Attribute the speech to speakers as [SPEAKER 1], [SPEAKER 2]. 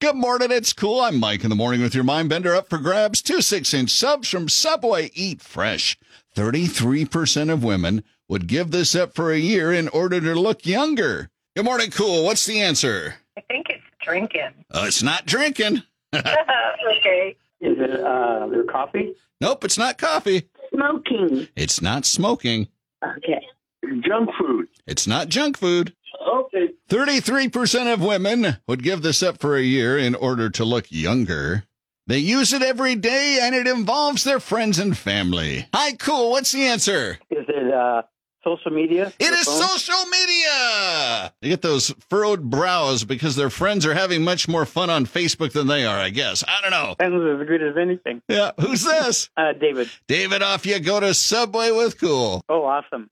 [SPEAKER 1] Good morning, it's cool. I'm Mike in the morning with your mind bender up for grabs. Two six inch subs from Subway. Eat fresh. 33% of women would give this up for a year in order to look younger. Good morning, cool. What's the answer?
[SPEAKER 2] I think it's drinking.
[SPEAKER 1] Uh, it's not drinking.
[SPEAKER 2] okay.
[SPEAKER 3] Is it uh, their coffee?
[SPEAKER 1] Nope, it's not coffee.
[SPEAKER 4] Smoking.
[SPEAKER 1] It's not smoking.
[SPEAKER 4] Okay.
[SPEAKER 3] Junk food.
[SPEAKER 1] It's not junk food.
[SPEAKER 3] Okay.
[SPEAKER 1] 33% of women would give this up for a year in order to look younger. They use it every day and it involves their friends and family. Hi, cool. What's the answer?
[SPEAKER 3] Is it uh, social media?
[SPEAKER 1] It
[SPEAKER 3] Your
[SPEAKER 1] is
[SPEAKER 3] phone?
[SPEAKER 1] social media. They get those furrowed brows because their friends are having much more fun on Facebook than they are, I guess. I don't know.
[SPEAKER 3] Depends as good as anything.
[SPEAKER 1] Yeah, who's this?
[SPEAKER 3] Uh, David.
[SPEAKER 1] David, off you go to Subway with Cool.
[SPEAKER 3] Oh, awesome.